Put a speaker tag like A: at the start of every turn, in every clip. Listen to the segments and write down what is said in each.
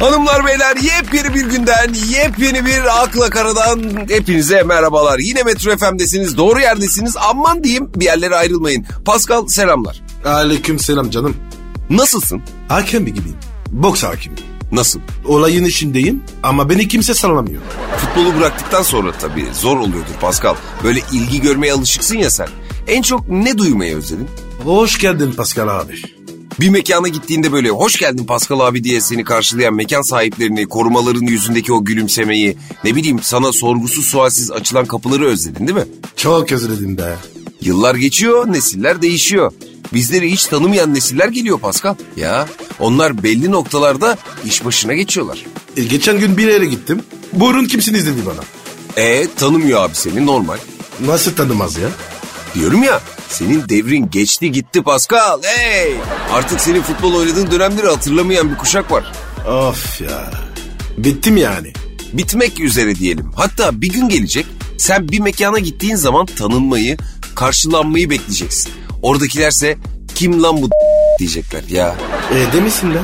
A: Hanımlar beyler yepyeni bir günden yepyeni bir akla karadan hepinize merhabalar. Yine Metro FM'desiniz doğru yerdesiniz aman diyeyim bir yerlere ayrılmayın. Pascal selamlar.
B: Aleyküm selam canım.
A: Nasılsın?
B: Hakem gibiyim. Boks hakimi.
A: Nasıl?
B: Olayın içindeyim ama beni kimse sallamıyor.
A: Futbolu bıraktıktan sonra tabii zor oluyordur Pascal. Böyle ilgi görmeye alışıksın ya sen. En çok ne duymayı özledin?
B: Hoş geldin Pascal abi.
A: Bir mekana gittiğinde böyle hoş geldin Pascal abi diye seni karşılayan mekan sahiplerini, korumaların yüzündeki o gülümsemeyi, ne bileyim sana sorgusuz sualsiz açılan kapıları özledin değil mi?
B: Çok özledim be.
A: Yıllar geçiyor, nesiller değişiyor. Bizleri hiç tanımayan nesiller geliyor Pascal. Ya onlar belli noktalarda iş başına geçiyorlar.
B: E, geçen gün bir yere gittim. Buyurun kimsiniz dedi bana.
A: E tanımıyor abi seni normal.
B: Nasıl tanımaz ya?
A: Diyorum ya senin devrin geçti gitti Pascal. Hey! Artık senin futbol oynadığın dönemleri hatırlamayan bir kuşak var.
B: Of ya. Bittim yani.
A: bitmek üzere diyelim. Hatta bir gün gelecek sen bir mekana gittiğin zaman tanınmayı, karşılanmayı bekleyeceksin. Oradakilerse kim lan bu diyecekler ya.
B: E demesinler.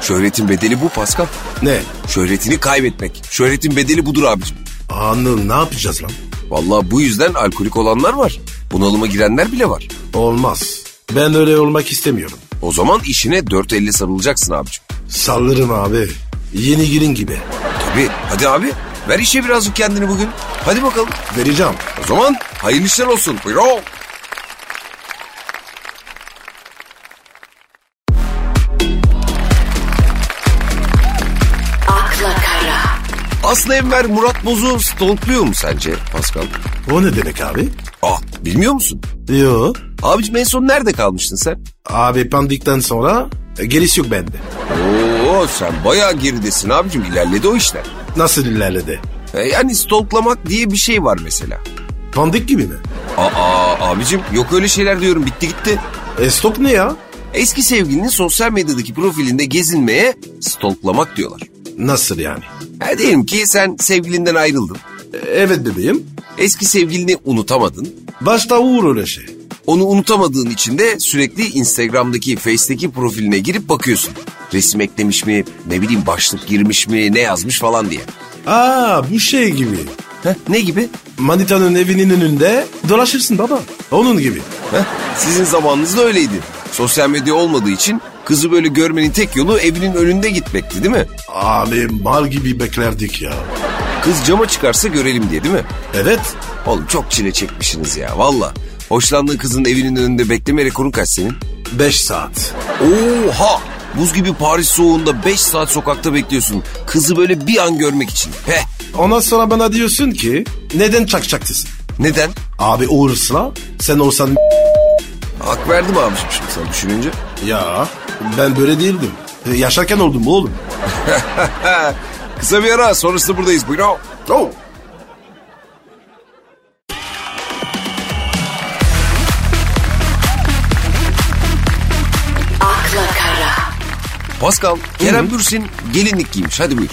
A: Şöhretin bedeli bu Pascal.
B: Ne?
A: Şöhretini kaybetmek. Şöhretin bedeli budur abicim.
B: Anıl ne yapacağız lan?
A: Vallahi bu yüzden alkolik olanlar var. Bunalıma girenler bile var.
B: Olmaz. Ben öyle olmak istemiyorum.
A: O zaman işine dört elle sarılacaksın abicim.
B: Sallarım abi. Yeni girin gibi.
A: Tabii hadi abi ver işe birazcık kendini bugün. Hadi bakalım.
B: Vereceğim.
A: O zaman hayırlı işler olsun. Buyurun.
C: akla kara,
A: Aslı Enver Murat Boz'u stalkluyor mu sence Pascal?
B: O ne demek abi?
A: Ah bilmiyor musun?
B: Yo.
A: Abicim en son nerede kalmıştın sen?
B: Abi pandikten sonra e, gerisi yok bende.
A: Oo sen bayağı geridesin abicim ilerledi o işler.
B: Nasıl ilerledi?
A: E, yani stalklamak diye bir şey var mesela.
B: Pandik gibi mi?
A: Aa abicim yok öyle şeyler diyorum bitti gitti.
B: E stok ne ya?
A: Eski sevgilinin sosyal medyadaki profilinde gezinmeye stalklamak diyorlar.
B: Nasıl yani?
A: Ha, diyelim ki sen sevgilinden ayrıldın.
B: E, evet bebeğim.
A: Eski sevgilini unutamadın.
B: Başta uğur öyle şey.
A: Onu unutamadığın için de sürekli Instagram'daki, Face'teki profiline girip bakıyorsun. Resim eklemiş mi, ne bileyim başlık girmiş mi, ne yazmış falan diye.
B: Aa bu şey gibi.
A: Heh, ne gibi?
B: Manitanın evinin önünde dolaşırsın baba. Onun gibi.
A: Heh, sizin zamanınızda öyleydi. Sosyal medya olmadığı için kızı böyle görmenin tek yolu evinin önünde gitmekti değil mi?
B: Abi mal gibi beklerdik ya.
A: Kız cama çıkarsa görelim diye değil mi?
B: Evet.
A: Oğlum çok çile çekmişsiniz ya valla. Hoşlandığın kızın evinin önünde bekleme rekorun kaç senin?
B: 5 saat.
A: Oha! Buz gibi Paris soğuğunda 5 saat sokakta bekliyorsun. Kızı böyle bir an görmek için. Heh!
B: Ondan sonra bana diyorsun ki neden çakçaktısın?
A: Neden?
B: Abi uğursla sen olsan
A: Hak verdim abiciğim şimdi sana düşününce.
B: ya ben böyle değildim. E, Yaşarken oldum oğlum.
A: Kısa bir ara sonrasında buradayız. Buyurun.
B: Oh.
C: akla kara,
A: Pascal, Kerem Bürsin gelinlik giymiş. Hadi buyur.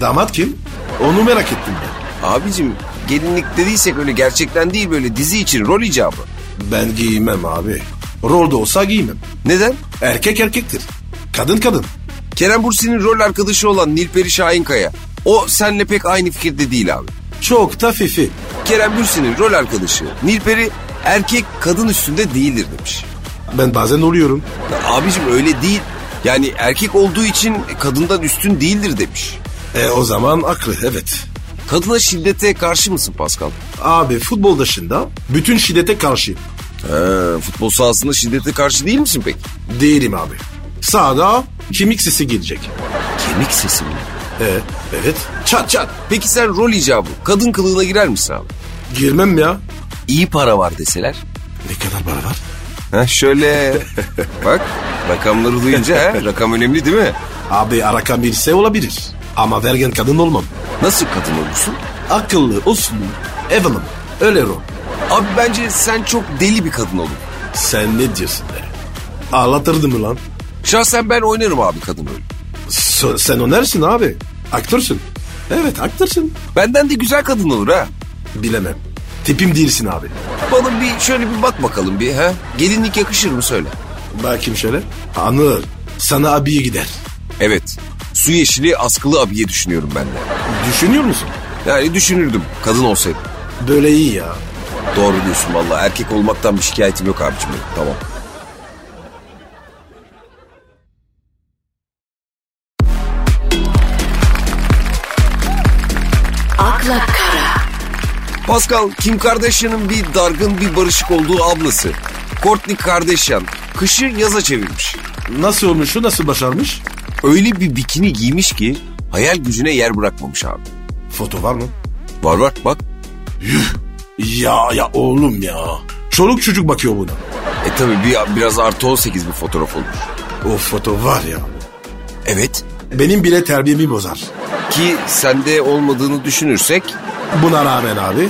B: Damat kim? Onu merak ettim ben.
A: Abicim gelinlik dediysek öyle gerçekten değil böyle dizi için rol icabı.
B: Ben giymem abi. Rol de olsa giymem.
A: Neden?
B: Erkek erkektir. Kadın kadın.
A: Kerem Bürsin'in rol arkadaşı olan Nilperi Şahinkaya. O senle pek aynı fikirde değil abi.
B: Çok da fifi.
A: Kerem Bürsin'in rol arkadaşı Nilperi erkek kadın üstünde değildir demiş.
B: Ben bazen oluyorum.
A: Ya Abicim öyle değil. Yani erkek olduğu için kadından üstün değildir demiş.
B: E o zaman aklı evet.
A: Kadına şiddete karşı mısın Pascal?
B: Abi futbol dışında bütün şiddete karşıyım.
A: He, futbol sahasında şiddete karşı değil misin peki?
B: Değilim abi. Sağda kemik sesi gelecek.
A: Kemik sesi mi?
B: E evet. Çat çat.
A: Peki sen rol icabı kadın kılığına girer misin abi?
B: Girmem ya.
A: İyi para var deseler?
B: Ne kadar para var?
A: Ha şöyle bak rakamları duyunca ha, rakam önemli değil mi?
B: Abi araka birse olabilir. Ama vergen kadın olmam.
A: Nasıl kadın olursun?
B: Akıllı, uslu, evanım. Öyle rol.
A: Abi bence sen çok deli bir kadın olun.
B: Sen ne diyorsun be? Ağlatırdı mı lan?
A: Şahsen ben oynarım abi kadın rolü.
B: S- sen önersin abi. Aktörsün. Evet aktörsün.
A: Benden de güzel kadın olur ha.
B: Bilemem. Tipim değilsin abi.
A: Bana bir şöyle bir bak bakalım bir ha. Gelinlik yakışır mı söyle.
B: Bakayım şöyle. Anıl sana abiye gider.
A: Evet. su yeşili askılı abiye düşünüyorum ben de.
B: Düşünüyor musun?
A: Yani düşünürdüm kadın olsaydım.
B: Böyle iyi ya.
A: Doğru diyorsun valla erkek olmaktan bir şikayetim yok abicim benim. Tamam.
C: akla kara,
A: Pascal Kim Kardashian'ın bir dargın bir barışık olduğu ablası. Kourtney Kardashian kışı yaza çevirmiş.
B: Nasıl olmuş şu nasıl başarmış?
A: Öyle bir bikini giymiş ki hayal gücüne yer bırakmamış abi.
B: Foto var mı?
A: Var var bak.
B: Ya ya oğlum ya. Çoluk çocuk bakıyor buna.
A: E tabi bir, biraz artı 18 bir fotoğraf olmuş.
B: O foto var ya.
A: Evet
B: Benim bile terbiyemi bozar.
A: ki sende olmadığını düşünürsek
B: Buna rağmen abi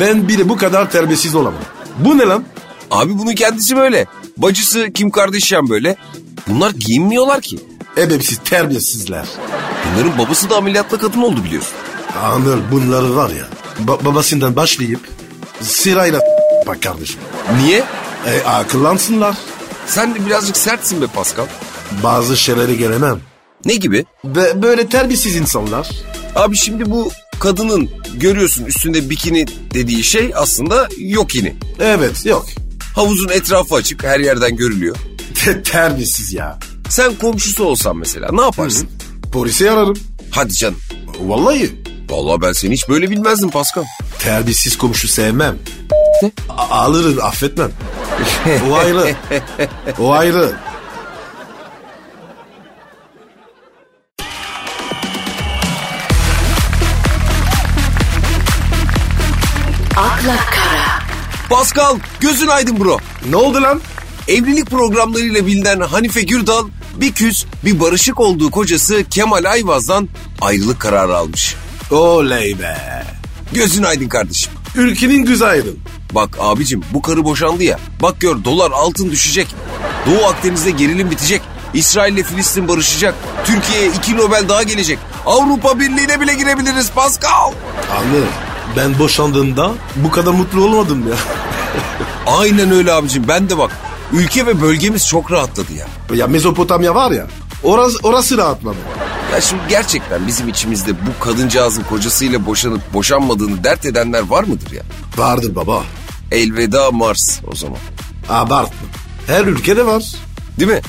B: ben bile bu kadar terbiyesiz olamam. Bu ne lan?
A: abi bunun kendisi böyle. Bacısı Kim Kardashian böyle. Bunlar giyinmiyorlar ki.
B: Ebepsiz terbiyesizler.
A: Bunların babası da ameliyatla kadın oldu biliyorsun.
B: Anıl bunları var ya ba- babasından başlayıp sırayla bak kardeşim.
A: Niye?
B: E, akıllansınlar.
A: Sen de birazcık sertsin be Pascal.
B: Bazı şeylere gelemem.
A: Ne gibi?
B: Ve böyle terbiyesiz insanlar.
A: Abi şimdi bu kadının görüyorsun üstünde bikini dediği şey aslında yokini.
B: Evet yok.
A: Havuzun etrafı açık her yerden görülüyor.
B: Te- terbiyesiz ya.
A: Sen komşusu olsan mesela ne yaparsın?
B: Polise ararım.
A: Hadi canım.
B: Vallahi
A: Vallahi ben seni hiç böyle bilmezdim Pascal.
B: terbiyesiz komşu sevmem. A- alırım affetmem. o ayrı. O ayrı.
C: akla kara,
A: Pascal gözün aydın bro.
B: Ne oldu lan?
A: Evlilik programlarıyla bilinen Hanife Gürdal bir küs bir barışık olduğu kocası Kemal Ayvaz'dan ayrılık kararı almış.
B: Oley be.
A: Gözün aydın kardeşim.
B: Ülkenin güzaydın.
A: Bak abicim bu karı boşandı ya. Bak gör dolar altın düşecek. Doğu Akdeniz'de gerilim bitecek. İsrail ile Filistin barışacak. Türkiye'ye iki Nobel daha gelecek. Avrupa Birliği'ne bile girebiliriz Pascal.
B: Anladım. Ben boşandığımda bu kadar mutlu olmadım ya.
A: Aynen öyle abicim ben de bak. Ülke ve bölgemiz çok rahatladı ya.
B: Ya Mezopotamya var ya. Orası, orası rahatladı.
A: Ya şimdi gerçekten bizim içimizde bu kadıncağızın kocasıyla boşanıp boşanmadığını dert edenler var mıdır ya?
B: Vardır baba.
A: Elveda Mars o zaman.
B: Abartma. Her ülkede var.
A: Değil mi?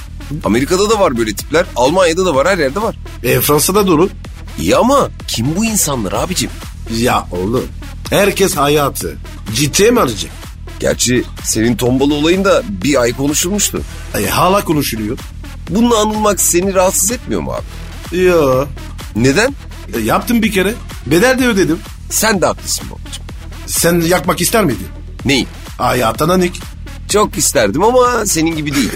A: Amerika'da da var böyle tipler. Almanya'da da var her yerde var.
B: E, Fransa'da durun.
A: İyi ama kim bu insanlar abicim?
B: Ya oğlum. Herkes hayatı. Ciddiye mi alacak?
A: Gerçi senin tombalı olayın da bir ay konuşulmuştu.
B: E, hala konuşuluyor.
A: Bununla anılmak seni rahatsız etmiyor mu abi?
B: Ya.
A: Neden?
B: E, yaptım bir kere. Bedel de ödedim.
A: Sen de haklısın babacığım.
B: Sen yakmak ister miydin?
A: Neyi?
B: Hayatına nik.
A: Çok isterdim ama senin gibi değil.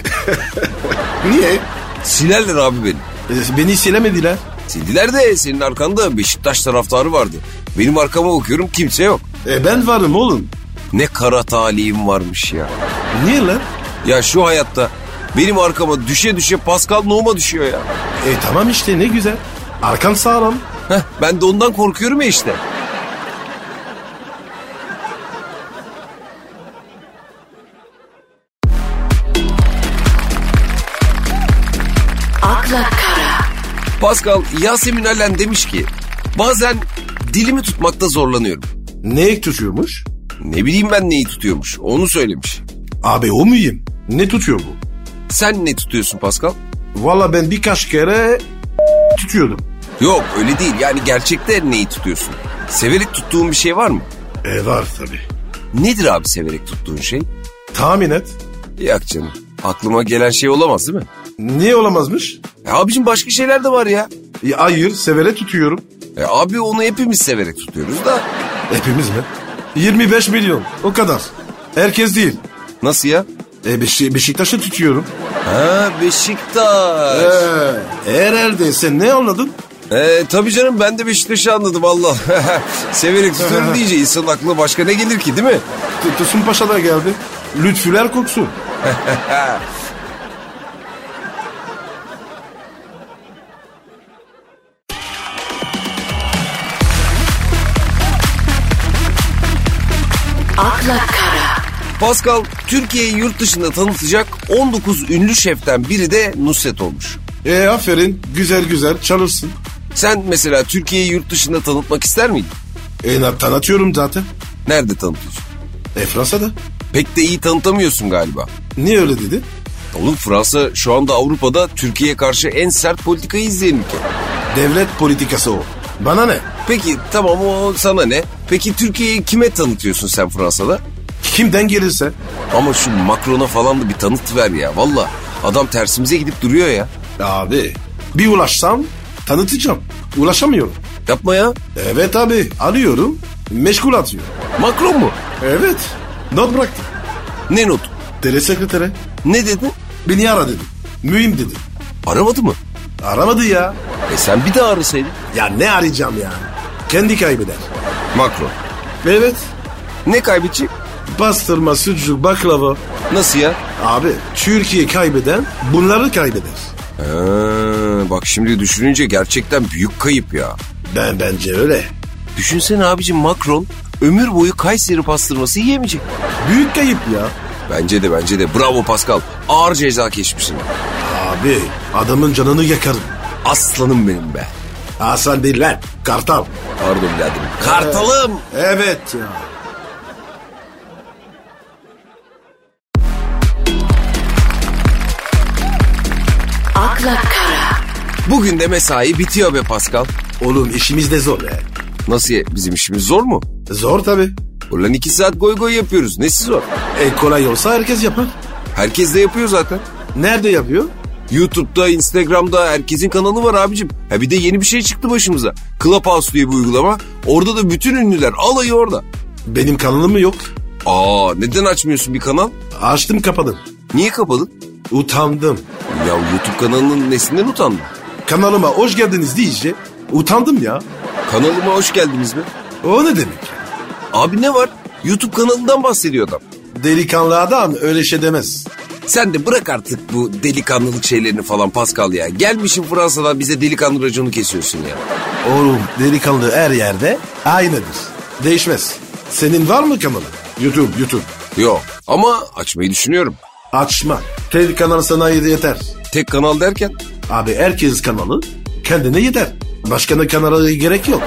B: Niye?
A: Silerler abi beni.
B: E, beni silemediler.
A: Sildiler de senin arkanda Beşiktaş taraftarı vardı. Benim arkama bakıyorum kimse yok.
B: E, ben varım oğlum.
A: Ne kara talihim varmış ya.
B: Niye lan?
A: Ya şu hayatta benim arkama düşe düşe Pascal Nohum'a düşüyor ya.
B: E tamam işte ne güzel. Arkam sağlam.
A: Heh, ben de ondan korkuyorum ya işte.
C: akla kara,
A: Pascal Yasemin Alen demiş ki bazen dilimi tutmakta zorlanıyorum.
B: Ne tutuyormuş?
A: Ne bileyim ben neyi tutuyormuş onu söylemiş.
B: Abi o muyum? Ne tutuyor bu?
A: Sen ne tutuyorsun Pascal?
B: Valla ben birkaç kere tutuyordum.
A: Yok öyle değil yani gerçekte neyi tutuyorsun? Severek tuttuğun bir şey var mı?
B: E var tabi.
A: Nedir abi severek tuttuğun şey?
B: Tahmin et.
A: Yak canım aklıma gelen şey olamaz değil mi?
B: Niye olamazmış?
A: E abicim başka şeyler de var ya.
B: E, hayır severe tutuyorum.
A: E abi onu hepimiz severek tutuyoruz da.
B: Hepimiz mi? 25 milyon o kadar. Herkes değil.
A: Nasıl ya?
B: E, Beşi- Beşiktaş'ı tutuyorum.
A: Ha Beşiktaş.
B: E, herhalde sen ne anladın?
A: Ee, tabii canım ben de Beşiktaş'ı anladım Allah. Severek tutuyorum deyince insanın aklına başka ne gelir ki değil mi?
B: T- Tosun Paşa da geldi. Lütfüler koksun.
C: akla kara,
A: Pascal Türkiye'yi yurt dışında tanıtacak 19 ünlü şeften biri de Nusret olmuş.
B: E aferin güzel güzel çalışsın.
A: Sen mesela Türkiye'yi yurt dışında tanıtmak ister miydin?
B: E na- tanıtıyorum zaten.
A: Nerede tanıtıyorsun?
B: E Fransa'da.
A: Pek de iyi tanıtamıyorsun galiba.
B: Niye öyle dedi?
A: Oğlum Fransa şu anda Avrupa'da Türkiye'ye karşı en sert politikayı izleyen ülke.
B: Devlet politikası o. Bana ne?
A: Peki tamam o sana ne? Peki Türkiye'yi kime tanıtıyorsun sen Fransa'da?
B: Kimden gelirse.
A: Ama şu Macron'a falan da bir tanıt ver ya valla. Adam tersimize gidip duruyor ya.
B: Abi bir ulaşsam tanıtacağım. Ulaşamıyorum.
A: Yapma ya.
B: Evet abi arıyorum. Meşgul atıyor.
A: Macron mu?
B: Evet. Not bıraktı.
A: Ne not?
B: Telesekretere.
A: Ne dedi?
B: Beni ara dedi. Mühim dedi.
A: Aramadı mı?
B: Aramadı ya.
A: E sen bir daha arasaydın.
B: Ya ne arayacağım ya? Kendi kaybeder.
A: Macron.
B: Evet.
A: Ne kaybedecek?
B: Pastırma, sucuk, baklava.
A: Nasıl ya?
B: Abi Türkiye kaybeden bunları kaybeder.
A: Ha, Ee, bak şimdi düşününce gerçekten büyük kayıp ya.
B: Ben bence öyle.
A: Düşünsene abicim Macron ömür boyu Kayseri pastırması yiyemeyecek.
B: Büyük kayıp ya.
A: Bence de bence de bravo Pascal ağır ceza keşmişsin.
B: Abi adamın canını yakarım.
A: Aslanım benim be.
B: Hasan değil lan. Kartal.
A: Pardon biraderim. Kartalım.
B: Evet ya.
C: akla kara,
A: Bugün de mesai bitiyor be Pascal.
B: Oğlum işimiz de zor ya.
A: Nasıl ya, bizim işimiz zor mu?
B: Zor tabi.
A: Ulan iki saat goy goy yapıyoruz. Nesi zor?
B: E kolay olsa herkes yapar.
A: Herkes de yapıyor zaten.
B: Nerede yapıyor?
A: YouTube'da, Instagram'da herkesin kanalı var abicim. Ha bir de yeni bir şey çıktı başımıza. Clubhouse diye bir uygulama. Orada da bütün ünlüler alayı orada.
B: Benim kanalım yok.
A: Aa neden açmıyorsun bir kanal?
B: Açtım kapadım.
A: Niye kapadın?
B: Utandım.
A: Ya YouTube kanalının nesinden utandın?
B: Kanalıma hoş geldiniz deyince utandım ya.
A: Kanalıma hoş geldiniz mi?
B: O ne demek?
A: Abi ne var? YouTube kanalından bahsediyor adam.
B: Delikanlı adam öyle şey demez.
A: Sen de bırak artık bu delikanlılık şeylerini falan Pascal ya. Gelmişin Fransa'dan bize delikanlı raconu kesiyorsun ya.
B: Oğlum delikanlı her yerde aynıdır. Değişmez. Senin var mı kanalı? YouTube, YouTube.
A: Yok ama açmayı düşünüyorum.
B: Açma. Tek kanal sana yeter.
A: Tek kanal derken
B: Abi herkes kanalı kendine yeter. Başkanın kanala gerek yok.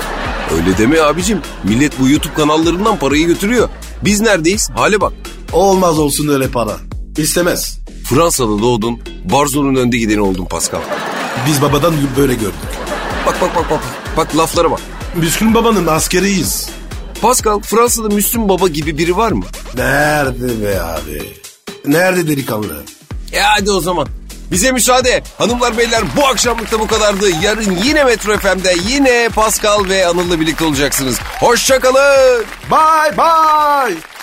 A: öyle deme abicim. Millet bu YouTube kanallarından parayı götürüyor. Biz neredeyiz? Hale bak.
B: Olmaz olsun öyle para. İstemez.
A: Fransa'da doğdun, Barzon'un önde gideni oldun Pascal.
B: Biz babadan böyle gördük.
A: Bak bak bak bak, bak laflara bak.
B: Müslüm babanın askeriyiz.
A: Pascal, Fransa'da Müslüm Baba gibi biri var mı?
B: Nerede be abi? Nerede delikanlı?
A: E hadi o zaman. Bize müsaade. Hanımlar beyler bu akşamlık da bu kadardı. Yarın yine Metro FM'de yine Pascal ve Anıl'la birlikte olacaksınız. Hoşçakalın.
B: Bye bye.